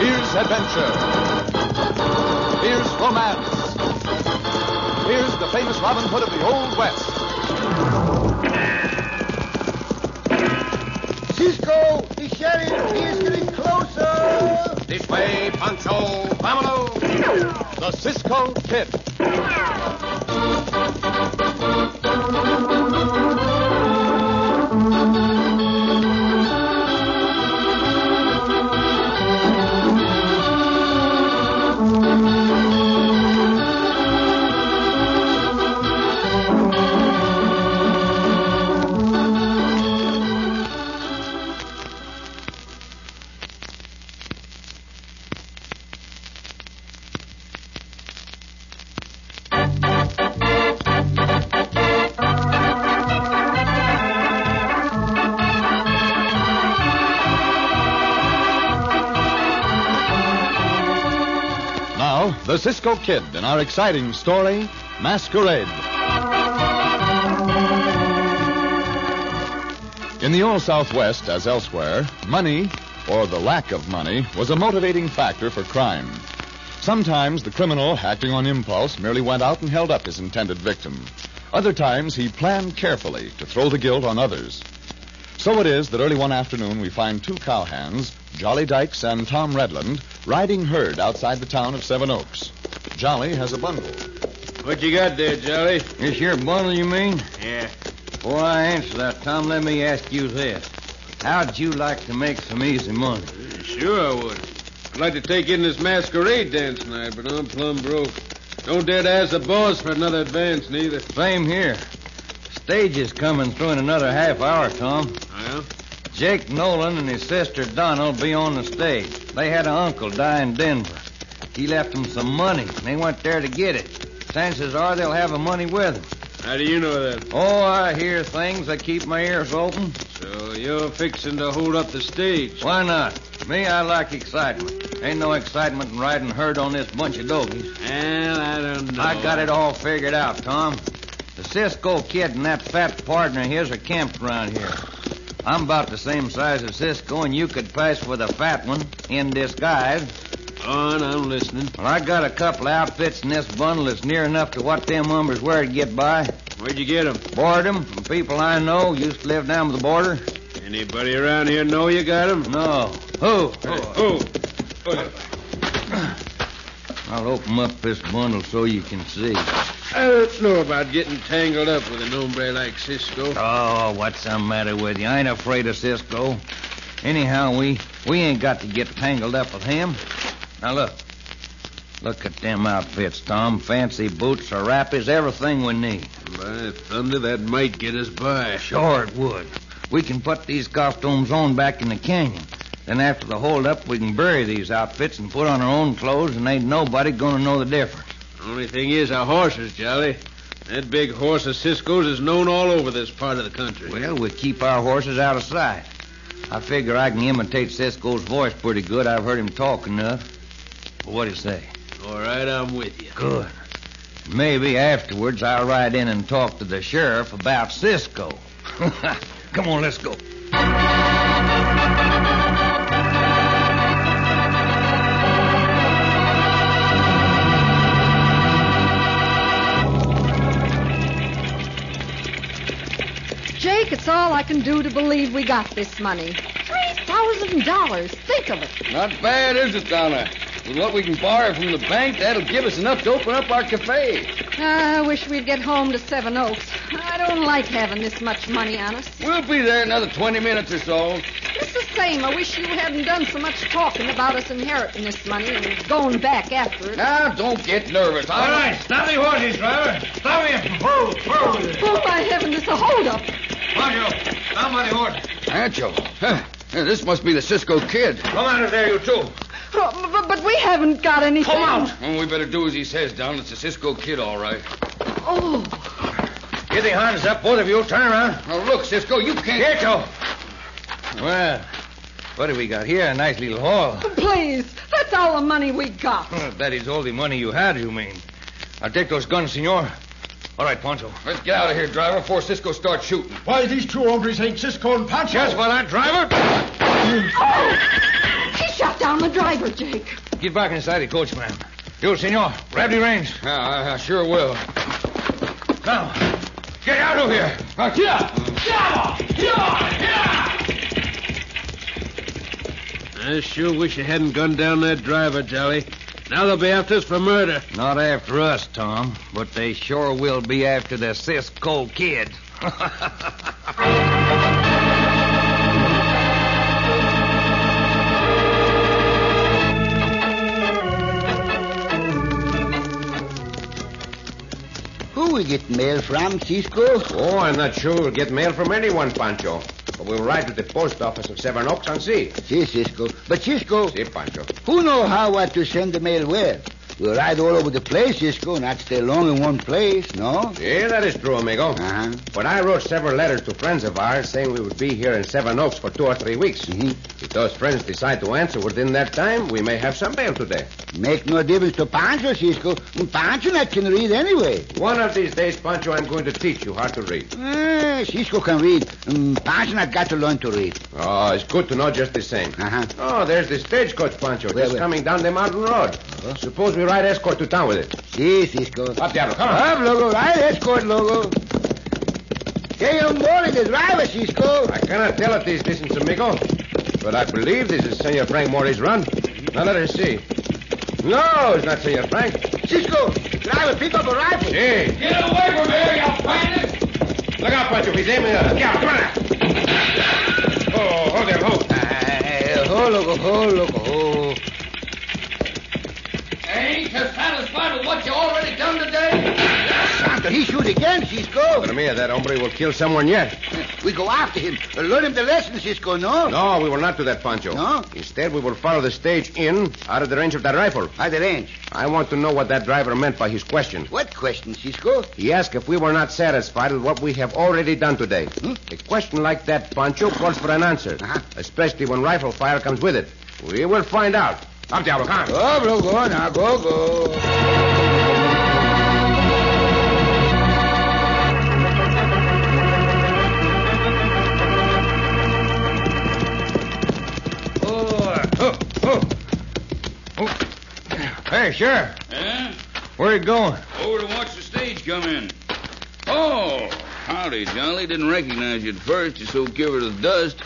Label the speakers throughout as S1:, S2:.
S1: Here's adventure. Here's romance. Here's the famous Robin Hood of the Old West.
S2: Cisco, the sheriff, he is getting closer.
S1: This way, Pancho. Vámonos. The Cisco Kid. Now, the Cisco Kid in our exciting story, Masquerade. In the Old Southwest, as elsewhere, money, or the lack of money, was a motivating factor for crime. Sometimes the criminal, acting on impulse, merely went out and held up his intended victim. Other times, he planned carefully to throw the guilt on others. So it is that early one afternoon we find two cowhands, Jolly Dykes and Tom Redland, riding herd outside the town of Seven Oaks. Jolly has a bundle.
S3: What you got there, Jolly?
S2: This here bundle, you mean?
S3: Yeah.
S2: Before I answer that, Tom, let me ask you this. How'd you like to make some easy money?
S3: Sure I would. I'd like to take in this masquerade dance tonight, but I'm plumb broke. Don't dare to ask the boss for another advance, neither.
S2: Same here. Stage is coming through in another half hour, Tom.
S3: Well,
S2: Jake Nolan and his sister Donna will be on the stage. They had an uncle die in Denver. He left them some money, and they went there to get it. Chances are they'll have the money with them.
S3: how do you know that?
S2: Oh, I hear things. I keep my ears open.
S3: So you're fixing to hold up the stage.
S2: Why not? Me, I like excitement. Ain't no excitement in riding herd on this bunch of dogies.
S3: Well, I don't know.
S2: I got it all figured out, Tom. The Cisco kid and that fat partner of his are camped around here. I'm about the same size as Cisco, and you could pass with a fat one in disguise.
S3: On, I'm listening.
S2: Well, I got a couple of outfits in this bundle that's near enough to what them umbers wear to get by.
S3: Where'd you get 'em?
S2: Borrowed 'em from people I know used to live down by the border.
S3: Anybody around here know you got 'em?
S2: No. Who?
S3: Oh. oh.
S2: I'll open up this bundle so you can see.
S3: I don't know about getting tangled up with an hombre like Cisco.
S2: Oh, what's the matter with you? I ain't afraid of Cisco. Anyhow, we we ain't got to get tangled up with him. Now look. Look at them outfits, Tom. Fancy boots, a wrap is everything we need.
S3: By thunder, that might get us by.
S2: Sure it would. We can put these costumes on back in the canyon. Then after the holdup, we can bury these outfits and put on our own clothes, and ain't nobody gonna know the difference.
S3: Only thing is, our horses, Jolly. That big horse of Cisco's is known all over this part of the country.
S2: Well, we keep our horses out of sight. I figure I can imitate Cisco's voice pretty good. I've heard him talk enough. But what do you say?
S3: all right, I'm with you.
S2: Good. Maybe afterwards I'll ride in and talk to the sheriff about Cisco. Come on, let's go.
S4: Jake, it's all I can do to believe we got this money. Three thousand dollars. Think of it.
S2: Not bad, is it, Donna? With what we can borrow from the bank, that'll give us enough to open up our cafe.
S4: Ah, I wish we'd get home to Seven Oaks. I don't like having this much money on us.
S2: We'll be there another 20 minutes or so.
S4: Mrs. Same, I wish you hadn't done so much talking about us inheriting this money and going back after it.
S2: Now, don't get nervous. All right, stop the horses, driver. Stop him. Pull, pull.
S4: Oh, my heaven, it's a holdup.
S2: Pancho, stop on the horse.
S5: Pancho. Huh. Yeah, This must be the Cisco Kid.
S2: Come out of there, you two.
S4: Oh, but, but we haven't got anything.
S5: Well, we better do as he says, Don. It's the Cisco Kid, all right.
S4: Oh,
S2: Get the harness up, both of you. Turn around.
S5: Now, look, Cisco, you can't...
S2: Pancho. Well, what have we got here? A nice little haul.
S4: please. That's all the money we got.
S2: Huh, That is all the money you had, you mean. I'll take those guns, senor. All right, Pancho.
S5: Let's get out of here, driver, before Cisco starts shooting.
S6: Why, these two hombres ain't Cisco and Pancho.
S2: Just for that, driver.
S4: Oh! He shot down the driver, Jake.
S2: Get back inside the coach, ma'am. You, senor, grab the reins.
S7: Yeah, I, I sure will.
S2: Now, get out of here. Now, get out.
S1: I sure wish you hadn't gunned down that driver, Jolly. Now they'll be after us for murder.
S2: Not after us, Tom, but they sure will be after the Cisco kid.
S8: Who we get mail from, Cisco?
S3: Oh, I'm not sure we'll get mail from anyone, Pancho. But we'll ride to the post office of Seven Oaks and see.
S8: Si, Cisco. But Cisco,
S3: See, Pancho.
S8: who know how what to send the mail where? We'll ride all over the place, Cisco, not stay long in one place, no?
S3: Yeah, that is true, amigo.
S8: Uh-huh.
S3: But I wrote several letters to friends of ours saying we would be here in Seven Oaks for two or three weeks.
S8: Mhm.
S3: If those friends decide to answer within that time, we may have some mail today.
S8: Make no difference to Pancho, Cisco. Mm, Pancho not can read anyway.
S3: One of these days, Pancho, I'm going to teach you how to read.
S8: Eh, Cisco can read. Mm, Pancho not got to learn to read.
S3: Oh, it's good to know just the same.
S8: Uh-huh.
S3: Oh, there's the stagecoach, Pancho.
S8: Where,
S3: just
S8: where?
S3: coming down the mountain road. Suppose we ride escort to town with it.
S8: Si, Cisco.
S3: Up, Diablo, come on.
S8: Up, Logo. Right, escort, Logo. Hey, you're more the driver, Cisco.
S3: I cannot tell at this distance, amigo. But I believe this is Senor Frank Morris' run. Now let us see. No, it's not Senor Frank.
S8: Cisco, driver, pick up a rifle.
S3: Hey. Get away from here, you bandit! Look out, Pancho. He's aiming at us. Yeah, come on. now. Oh, hold there, hold.
S8: Uh, ho, Logo, ho, Logo, ho.
S7: Ain't you satisfied with what you already done today?
S8: Santa, he shoot again, Cisco.
S3: But Mia, that hombre will kill someone yet.
S8: We go after him. Uh, Learn him the lesson, Cisco, no?
S3: No, we will not do that, Pancho.
S8: No?
S3: Instead, we will follow the stage in, out of the range of that rifle.
S8: By the range.
S3: I want to know what that driver meant by his question.
S8: What question, Cisco?
S3: He asked if we were not satisfied with what we have already done today.
S8: Hmm?
S3: A question like that, Pancho, calls for an answer,
S8: Uh-huh.
S3: especially when rifle fire comes with it. We will find out. Up, Diablo, come on.
S8: Oh, Logo, now, go, go.
S2: Oh, oh, oh. oh. Hey, Sheriff,
S7: Yeah?
S2: where you going?
S7: Over to watch the stage come in. Oh, howdy, Jolly. Didn't recognize you at first. You're so covered with dust.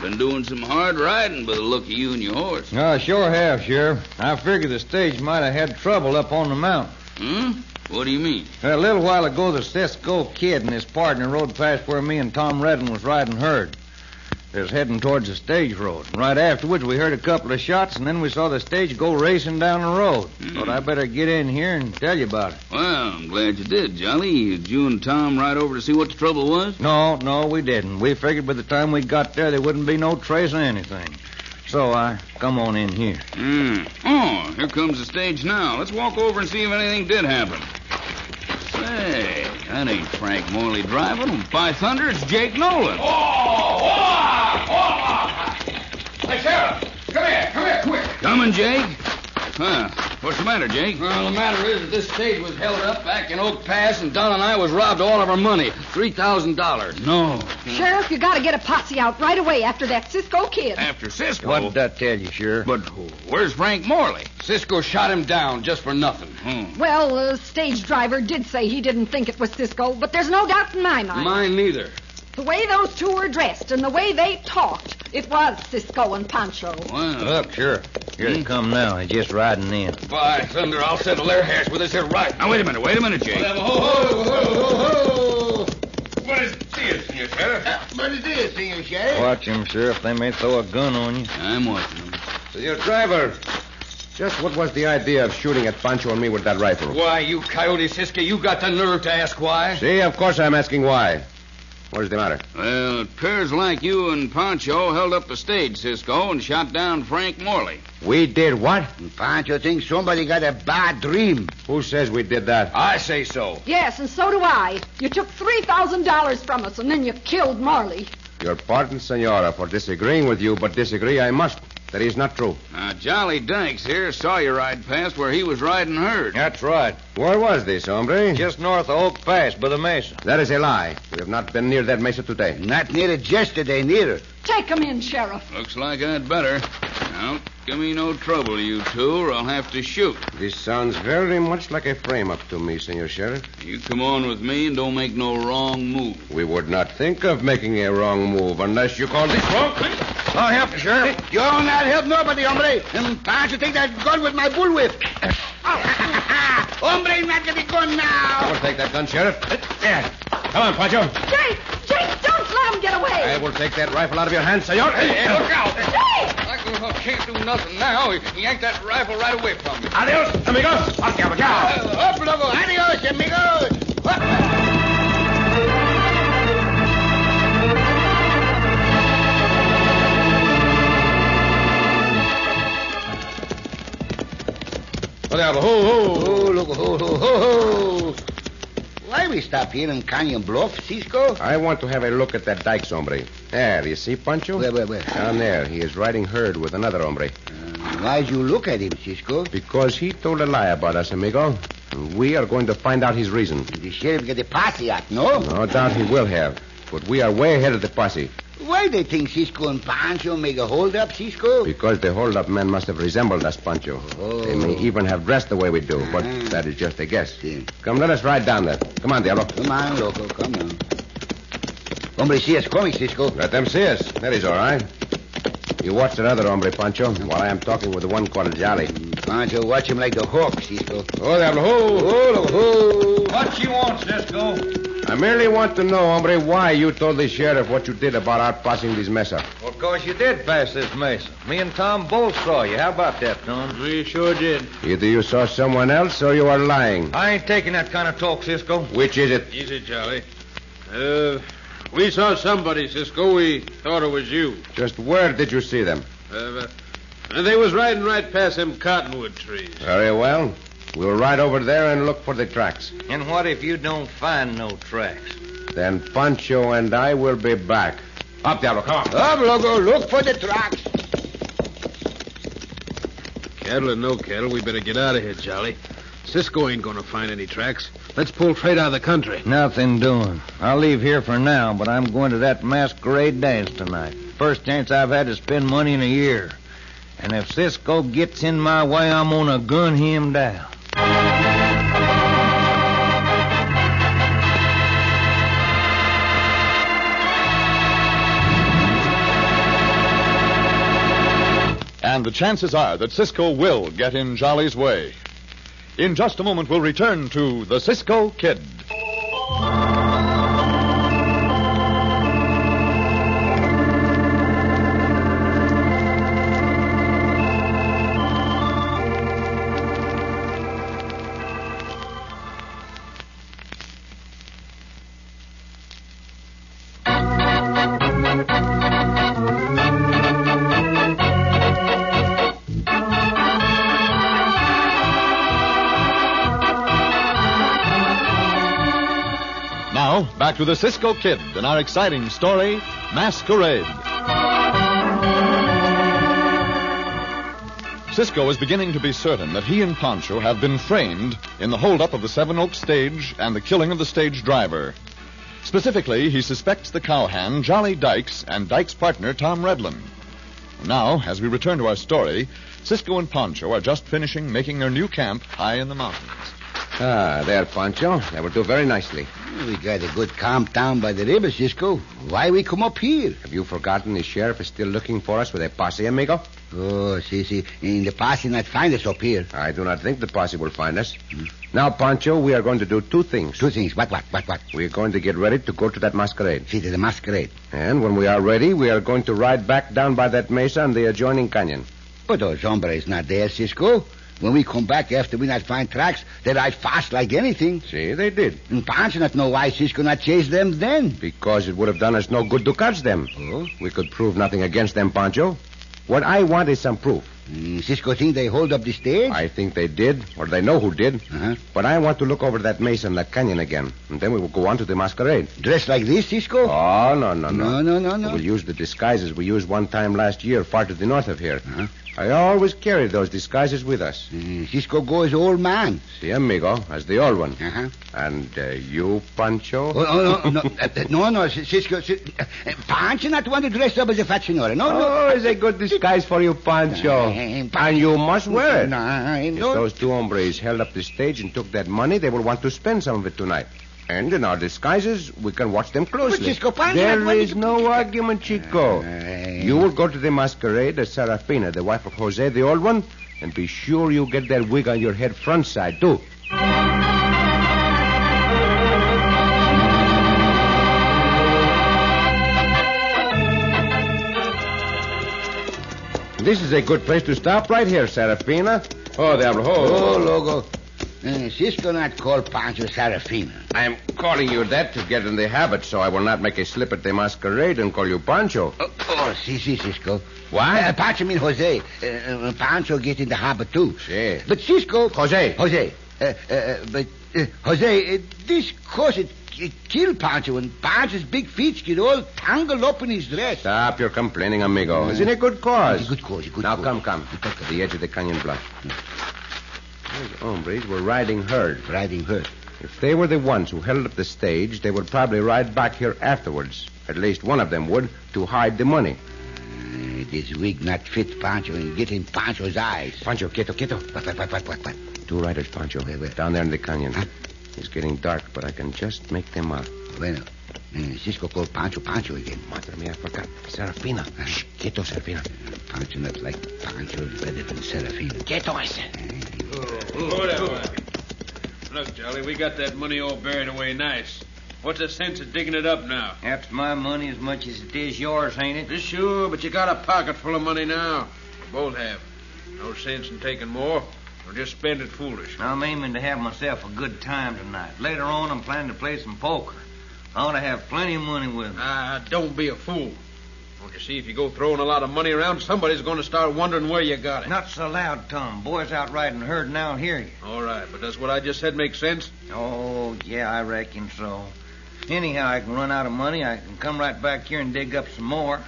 S7: Been doing some hard riding by the look of you and your horse.
S2: No, I sure have, Sheriff. I figure the stage might have had trouble up on the mountain.
S7: Hmm? What do you mean?
S2: A little while ago, the Cisco kid and his partner rode past where me and Tom Redden was riding herd. They was heading towards the stage road. Right afterwards, we heard a couple of shots, and then we saw the stage go racing down the road. Thought I better get in here and tell you about it.
S7: Well, I'm glad you did, Jolly. Did you and Tom ride over to see what the trouble was?
S2: No, no, we didn't. We figured by the time we got there, there wouldn't be no trace of anything. So I come on in here.
S7: Hmm. Oh, here comes the stage now. Let's walk over and see if anything did happen. Say, that ain't Frank Morley driving. By thunder, it's Jake Nolan.
S3: Hey, Sheriff, come here, come here, quick.
S7: Coming, Jake? Huh. What's the matter, Jake?
S1: Well, the matter is that this stage was held up back in Oak Pass, and Don and I was robbed of all of our money. $3,000.
S7: No.
S4: Sheriff, you gotta get a posse out right away after that Cisco kid.
S7: After Cisco.
S3: Oh.
S2: What did I tell you, Sheriff?
S7: But where's Frank Morley?
S1: Cisco shot him down just for nothing.
S7: Hmm.
S4: Well, the stage driver did say he didn't think it was Cisco, but there's no doubt in my mind.
S1: Mine neither.
S4: The way those two were dressed and the way they talked, it was Cisco and Pancho.
S7: Well,
S2: Look, Sheriff, here
S3: Hmm.
S2: they come now. He's just riding in.
S1: By thunder, I'll settle their hash with this here right.
S7: now, wait a minute. Wait a minute, Jake.
S1: Ho, ho, ho, ho, ho.
S7: What is this, Sheriff?
S8: What is this, Senor Sheriff?
S2: Watch him, Sheriff. They may throw a gun on you.
S7: I'm watching him.
S3: Senor driver, just what was the idea of shooting at Pancho and me with that rifle?
S1: Why, you coyote Cisco, you got the nerve to ask why?
S3: See, of course I'm asking why. What is the matter?
S7: Well, it appears like you and Pancho held up the stage, Cisco, and shot down Frank Morley.
S3: We did what?
S8: Pancho thinks somebody got a bad dream.
S3: Who says we did that?
S2: Ah.
S1: I say so.
S4: Yes, and so do I. You took $3,000 from us and then you killed Marley.
S3: Your pardon, senora, for disagreeing with you, but disagree I must. That is not true.
S7: Now, Jolly Dykes here saw you ride past where he was riding herd.
S2: That's right.
S3: Where was this, hombre?
S2: Just north of Oak Pass by the mesa.
S3: That is a lie. We have not been near that mesa today.
S8: Not near it yesterday, neither.
S4: Take him in, Sheriff.
S7: Looks like I'd better.
S5: Now, give me no trouble, you two, or I'll have to shoot.
S2: This sounds very much like a frame up to me, Senor Sheriff.
S5: You come on with me and don't make no wrong move.
S2: We would not think of making a wrong move unless you called it wrong. Oh,
S9: I'll help you, Sheriff.
S7: You're not help nobody, hombre. Um, I have to take that gun with my bullwhip. hombre, not to be gone now.
S2: Oh. I will take that gun, Sheriff. There. Come on, Pancho.
S4: Jake! Jake, don't let him get
S2: I
S4: away!
S2: will take that rifle out of your hand, Senor. Hey, hey, look out.
S4: Jake!
S5: I can't do nothing now. Yank that rifle right away from me.
S2: Adios, amigos. Hasta luego.
S7: Up, loco. Adios, amigos. Up.
S2: Ho, ho.
S7: Oh, loco, ho, ho, ho, ho. Why we stop here in Canyon Bluff, Cisco?
S2: I want to have a look at that dykes hombre. There, you see, Pancho?
S7: Where, where, where?
S2: Down there, he is riding herd with another hombre.
S7: Why'd you look at him, Cisco?
S2: Because he told a lie about us, amigo. And we are going to find out his reason.
S7: The sheriff get a posse out, no?
S2: No doubt he will have. But we are way ahead of the posse.
S7: Why they think Cisco and Pancho make a holdup, Cisco?
S2: Because the holdup men must have resembled us, Pancho.
S7: Oh.
S2: They may even have dressed the way we do, but
S7: Ah.
S2: that is just a guess.
S7: See.
S2: Come, let us ride down there. Come on, Diablo.
S7: Come on, loco, come on. Hombre, see us coming, Cisco.
S2: Let them see us. That is all right. You watch that other hombre, Pancho, while I am talking with the one called Jolly.
S7: Pancho, watch him like the hawk, Cisco.
S2: Oh, Diablo, ho, ho, loco, ho.
S9: What you want, Cisco?
S2: I merely want to know, hombre, why you told the sheriff what you did about outpassing this mess up.
S9: Well, of course you did pass this Mason. Me and Tom both saw you. How about that, Tom?
S3: We sure did.
S2: Either you saw someone else or you are lying.
S9: I ain't taking that kind of talk, Cisco.
S2: Which is it?
S3: Easy, Charlie. Uh, we saw somebody, Cisco. We thought it was you.
S2: Just where did you see them?
S3: Uh, and they was riding right past them cottonwood trees.
S2: Very well. We'll ride over there and look for the tracks.
S9: And what if you don't find no tracks?
S2: Then Pancho and I will be back. Up, Diablo, come on.
S7: Up, loco, look for the tracks.
S3: Cattle or no cattle, we better get out of here, Jolly. Cisco ain't gonna find any tracks. Let's pull straight out of the country.
S9: Nothing doing. I'll leave here for now, but I'm going to that masquerade dance tonight. First chance I've had to spend money in a year. And if Cisco gets in my way, I'm going to gun him down.
S1: And the chances are that Cisco will get in Jolly's way. In just a moment, we'll return to The Cisco Kid. Now, back to The Cisco Kid and our exciting story Masquerade. Cisco is beginning to be certain that he and Pancho have been framed in the holdup of the Seven Oaks stage and the killing of the stage driver. Specifically, he suspects the cowhand Jolly Dykes and Dykes' partner Tom Redlin. Now, as we return to our story, Cisco and Pancho are just finishing making their new camp high in the mountains.
S2: Ah, there, Pancho. That will do very nicely.
S7: We got a good camp down by the river, Cisco. Why we come up here?
S2: Have you forgotten the sheriff is still looking for us with a posse, amigo?
S7: Oh, see, see, in the past he not find us up here.
S2: I do not think the posse will find us. Now, Pancho, we are going to do two things.
S7: Two things, what, what, what, what?
S2: We're going to get ready to go to that masquerade.
S7: See, the masquerade.
S2: And when we are ready, we are going to ride back down by that mesa and the adjoining canyon.
S7: But Oh, those hombres not there, Cisco. When we come back after we not find tracks, they ride fast like anything.
S2: See, they did.
S7: And Pancho not know why Cisco not chase them then.
S2: Because it would have done us no good to catch them.
S7: Oh?
S2: We could prove nothing against them, Pancho. What I want is some proof.
S7: Mm, Cisco think they hold up the stage?
S2: I think they did, or they know who did.
S7: Uh-huh.
S2: But I want to look over that mesa and that canyon again, and then we will go on to the masquerade.
S7: Dressed like this, Cisco?
S2: Oh, no, no, no.
S7: no, no, no. no.
S2: We'll use the disguises we used one time last year far to the north of here.
S7: Uh-huh.
S2: I always carry those disguises with us.
S7: Uh, Cisco goes old man.
S2: See, amigo, as the old one.
S7: Uh-huh.
S2: And uh, you, Pancho?
S7: Oh, oh, no, no, uh, uh, no, no, Cisco, Cisco uh, Pancho not want to dress up as a fat senora. No, no.
S2: Oh, it's a good disguise for you, Pancho.
S7: Eh, Pancho.
S2: And you must wear it.
S7: No, I
S2: If
S7: don't.
S2: Oh, those two hombres held up the stage and took that money, they will want to spend some of it tonight. And in our disguises, we can watch them closely.
S7: Francisco Pancho,
S2: there
S7: what did
S2: is
S7: you-
S2: no argument, Chico.
S7: Eh.
S2: You will go to the masquerade as Serafina, the wife of Jose, the old one, and be sure you get that wig on your head front side, too. This is a good place to stop right here, Serafina. Oh, Diablo.
S7: Oh, logo. Uh, Cisco not call Pancho Sarafina.
S2: I'm calling you that to get in the habit so I will not make a slip at the masquerade and call you Pancho.
S7: Oh, si, si, Cisco.
S2: Why?
S7: Uh, Pancho mean Jose. Uh, uh, Pancho get in the harbor, too.
S2: Si.
S7: But Cisco...
S2: Jose.
S7: Jose. Uh, uh, uh, but, uh, Jose, uh, this corset it kill Pancho, and Pancho's big feet get all tangled up in his dress.
S2: Stop your complaining, amigo. It's in a good cause.
S7: It's a good cause, a good
S2: now,
S7: cause.
S2: come, come. To the edge of the canyon bluff. Those hombres were riding herd.
S7: Riding herd.
S2: If they were the ones who held up the stage, they would probably ride back here afterwards. At least one of them would, to hide the money.
S7: Uh, this wig not fit Pancho and get in Pancho's eyes.
S2: Pancho, quieto, quieto.
S7: What, what, what, what, what, what?
S2: Two riders, Pancho.
S7: Where, where?
S2: Down there in the canyon.
S7: Huh?
S2: It's getting dark, but I can just make them out.
S7: Bueno, uh, Cisco call Pancho Pancho again. Uh-huh.
S2: Madre mia, I forgot. Serafina. Shh, quieto, Serafina.
S7: Pancho not like Pancho better than Serafina. Uh,
S2: Quieto, I said.
S3: Whatever. Look, Jolly, we got that money all buried away nice. What's the sense of digging it up now?
S9: That's my money as much as it is yours, ain't it?
S3: Sure, but you got a pocket full of money now. We both have. No sense in taking more. We'll just spend it foolish.
S9: I'm aiming to have myself a good time tonight. Later on, I'm planning to play some poker. I ought to have plenty of money with me.
S3: Ah, don't be a fool. Don't you see, if you go throwing a lot of money around, somebody's going to start wondering where you got it.
S9: Not so loud, Tom. Boys out riding herd and I'll hear you.
S3: All right, but does what I just said make sense?
S9: Oh, yeah, I reckon so. Anyhow, I can run out of money. I can come right back here and dig up some more.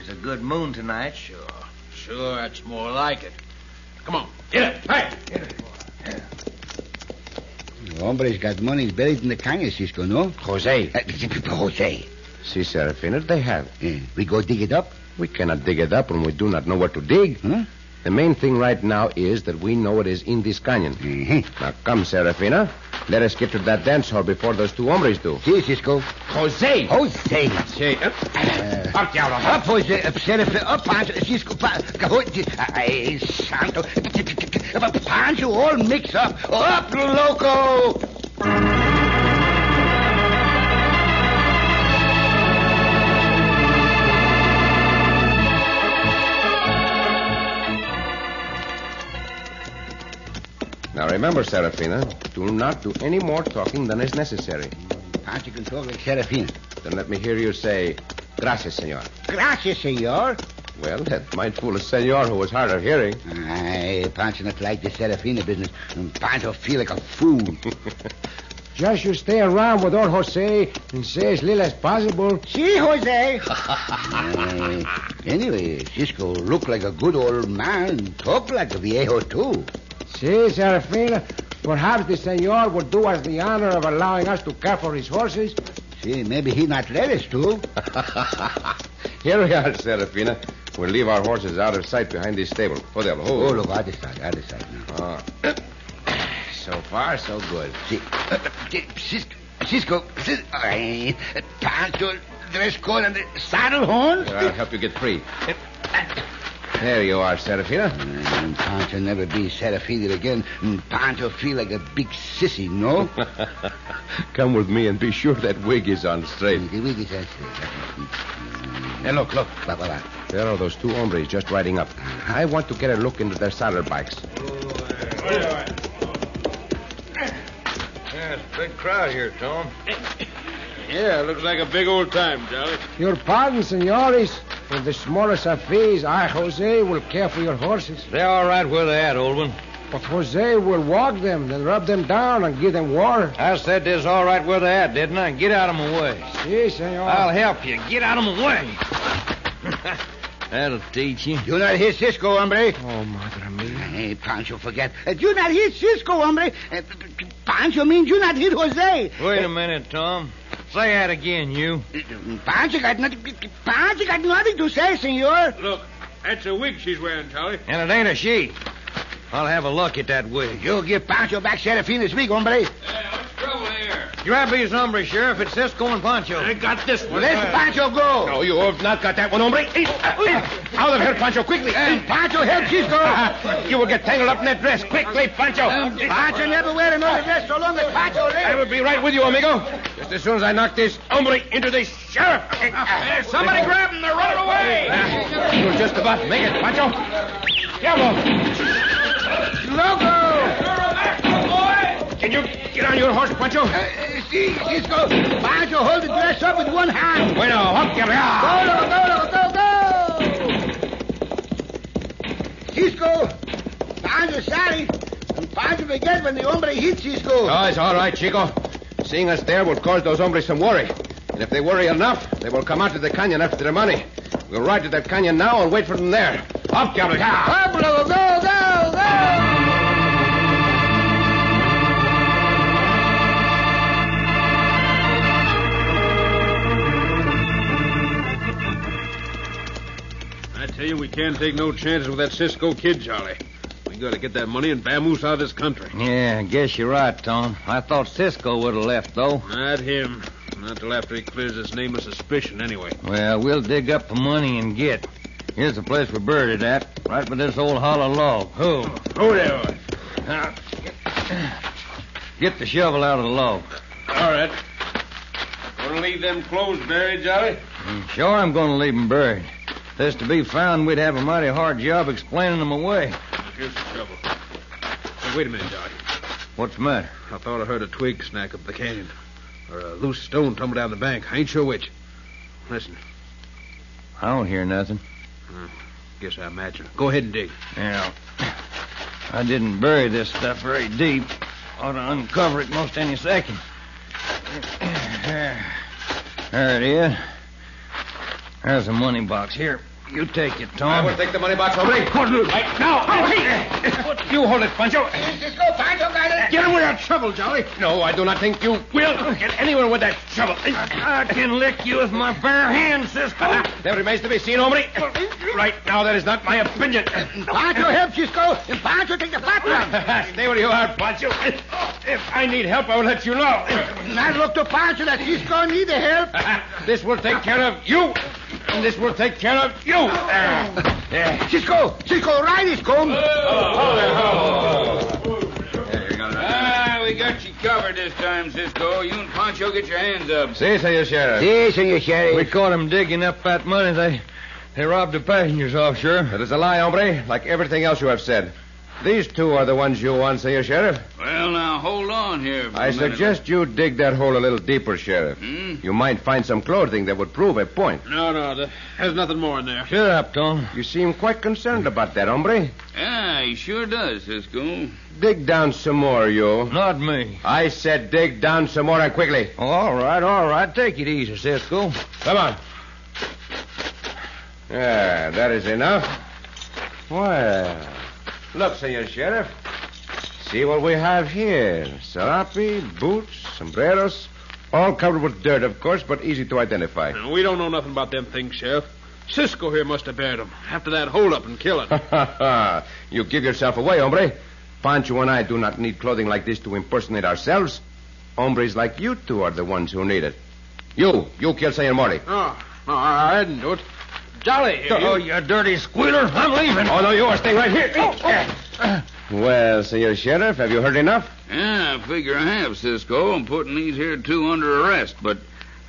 S9: It's a good moon tonight. Sure.
S3: Sure, that's more like it. Come on, get it. Hey!
S7: Hombre's got money buried in the canyon, Cisco, no?
S2: Jose.
S7: Uh, Jose,
S2: See, Serafina, they have.
S7: uh, we go dig it up?
S2: We cannot dig it up when we do not know what to dig.
S7: Huh? Uh-huh.
S2: The main thing right now is that we know it is in this canyon.
S7: Mhm.
S2: Now, come, Serafina. Let us get to that dance hall before those two hombres do. Oh,
S7: See, Cisco.
S2: Jose!
S7: Jose.
S2: Say, up,
S7: Uh,
S2: up, Diablo,
S7: up, Jose. Up, Serafin. Up, Pancho. Cisco. Pa- Cajote. Ay, santo. Pancho all mixed up. Up, loco.
S2: Now, remember, Serafina, do not do any more talking than is necessary.
S7: Pancho can talk like Serafin.
S2: Then let me hear you say, gracias, senor.
S7: Gracias, senor.
S2: Well, that might fool a senor who was hard of hearing.
S7: Ay, Pancho not like the Serafina business. Pancho feel like a fool.
S2: Just you stay around with old Jose and say as little as possible.
S7: See, Jose. anyway, Cisco look like a good old man, talk like a viejo too.
S2: Si, Serafina, perhaps the senor would do us the honor of allowing us to care for his horses.
S7: See, maybe he not let us to.
S2: Here we are, Serafina. We'll leave our horses out of sight behind this stable. Oh, there.
S7: Oh,
S2: Oh,
S7: look, other side, other side now.
S2: Ah. so far, so good.
S7: See, uh, see, Cisco, Cisco, Cis- ay, Pancho, dress code and the saddle horn.
S2: Here, I'll help you get free. There you are, Serafina.
S7: Mm, Pancho never be Serafina again. Mm, Pancho feel like a big sissy, no?
S2: Come with me and be sure that wig is on straight.
S7: The wig is
S2: Mm-hmm. Hey, look, look.
S7: Blah, blah, blah.
S2: There are those two hombres just riding up. I want to get a look into their saddlebags.
S3: Yeah, it's a big crowd here, Tom. yeah, looks like a big old time, Jolly.
S2: Your pardon, senores. With the smallest of fees, I, Jose, will care for your horses.
S9: They're all right where they're at, old one.
S2: But Jose will walk them, then rub them down and give them water.
S9: I said this all right where they're at, didn't I? Get out of my way.
S2: Si, senor.
S9: I'll help you. Get out of my way. That'll teach you.
S7: Do not hear Cisco, hombre.
S9: Oh, madre mia.
S7: Hey, Pancho, forget. Uh, do not hit Cisco, hombre. Uh, p- p- Pancho means do not hit Jose.
S9: Wait a minute, Tom. Say that again, you.
S7: Uh, Pancho got nothing. Pancho got nothing to say, senor.
S3: Look, that's a wig she's wearing, Charlie.
S9: And it ain't a she. I'll have a look at that wig.
S7: You give Pancho back Serafina this week, hombre.
S5: Hey, what's trouble here?
S9: Grab these hombres, Sheriff. It's Cisco and Poncho.
S3: got this one.
S7: Let Pancho go.
S2: No, you have not got that one, hombre. Eh, eh, Out of here, Pancho, quickly.
S7: And Pancho, help Cisco.
S2: Ah, You will get tangled up in that dress. Quickly, Pancho.
S7: Pancho never wear another dress so long as Pancho
S2: I
S7: lives.
S2: will be right with you, amigo. Just as soon as I knock this hombre into this sheriff. somebody grab him. They're running away. You'll just about make it, Pancho. Diablo.
S7: Loco.
S2: Can you get on your horse, Pancho?
S7: Uh, see, Cisco. Pancho, hold the dress up with one hand.
S2: Bueno, up,
S7: Go,
S2: Gabriel.
S7: Loco, go, Loco, go, go. Cisco. Pancho, sorry. And Pancho forget when the hombre hits Cisco.
S2: Oh, it's all right, Chico. Seeing us there will cause those hombres some worry. And if they worry enough, they will come out to the canyon after their money. We'll ride to that canyon now and wait for them there. Up, Gabriel.
S7: Up, Loco, go, go, go.
S3: I tell you, we can't take no chances with that Cisco kid, Charlie. We gotta get that money and vamoose out of this country.
S9: Yeah, I guess you're right, Tom. I thought Cisco would have left, though.
S3: Not him. Not till after he clears his name of suspicion, anyway.
S9: Well, we'll dig up the money and get. Here's the place we buried it at, right by this old hollow log. Who?
S3: Oh, there. Ah,
S9: Get the shovel out of the log.
S3: All right. Gonna leave them clothes buried, Charlie?
S9: And Sure, I'm going to leave 'em buried. If they's to be found, we'd have a mighty hard job explaining 'em away.
S3: Here's the trouble. Hey, wait a minute, Charlie.
S9: What's the matter?
S3: I thought I heard a twig snack up the canyon. Or a loose stone tumble down the bank. I ain't sure which. Listen,
S9: I don't hear nothing.
S3: guess I imagine. Go ahead and dig.
S9: Now, I didn't bury this stuff very deep. Ought to uncover it most any second. There. There it is. There's the money box. Here, you take it,
S2: I
S9: Tom.
S2: will take the money box, hombre. Right now. You hold it, Pancho.
S7: Cisco, Pancho got it.
S2: Get away that shovel, Jolly. Uh, No, I do not think you will
S7: Oh,
S2: get anywhere with that Uh, shovel.
S9: I can lick you with my bare hands,
S7: Ah,
S9: Cisco.
S2: There remains to be seen, hombre. Right now, that is not my opinion.
S7: Pancho, help Cisco. And Pancho, take the fat one.
S2: Stay where you are, Pancho. If I need help, I will let you know.
S7: Now look to Pancho that Cisco need the help.
S2: This will take care of you. And this will take care of you. Uh, Yeah.
S7: Oh.
S2: Oh,
S7: Cisco, Cisco, ride his comb.
S5: Ah, we got you covered this time, Cisco. You and Pancho get your hands up.
S2: See, Senor Sheriff.
S7: Si, senor
S9: We
S7: sheriff.
S9: caught 'em digging up that money they they robbed the passengers off, sure.
S2: That is a lie, hombre, like everything else you have said. These two are the ones you want, Senor Sheriff.
S5: Well, now, hold on here. For a
S2: I
S5: minute.
S2: suggest you dig that hole a little deeper, Sheriff.
S5: Hmm?
S2: You might find some clothing that would prove a point.
S3: No, no, there- there's nothing more in there.
S9: Shut up, Tom.
S2: You seem quite concerned about that, hombre.
S5: Ah, he sure does, Cisco.
S2: Dig down some more, you.
S9: Not me.
S2: I said dig down some more and quickly.
S9: All right, all right. Take it easy, Cisco.
S2: Come on. Yeah, that is enough. Well, look, Senor Sheriff. See what we have here. Serape, boots, sombreros, all covered with dirt, of course, but easy to identify.
S3: No, We don't know nothing about them things, Sheriff. Cisco here must have buried them after that holdup and killing.
S2: you give yourself away, hombre. Pancho and I do not need clothing like this to impersonate ourselves. Hombres like you two are the ones who need it. You, you kill Senor Mori.
S3: No, Oh, no, I I didn't do it. Jolly, here,
S9: Oh,
S3: you-
S9: you dirty squealer. I'm leaving.
S2: Oh, no, you are staying right here. Well, Senor Sheriff, have you heard enough?
S5: Yeah, I figure I have, Cisco. I'm putting these here two under arrest, but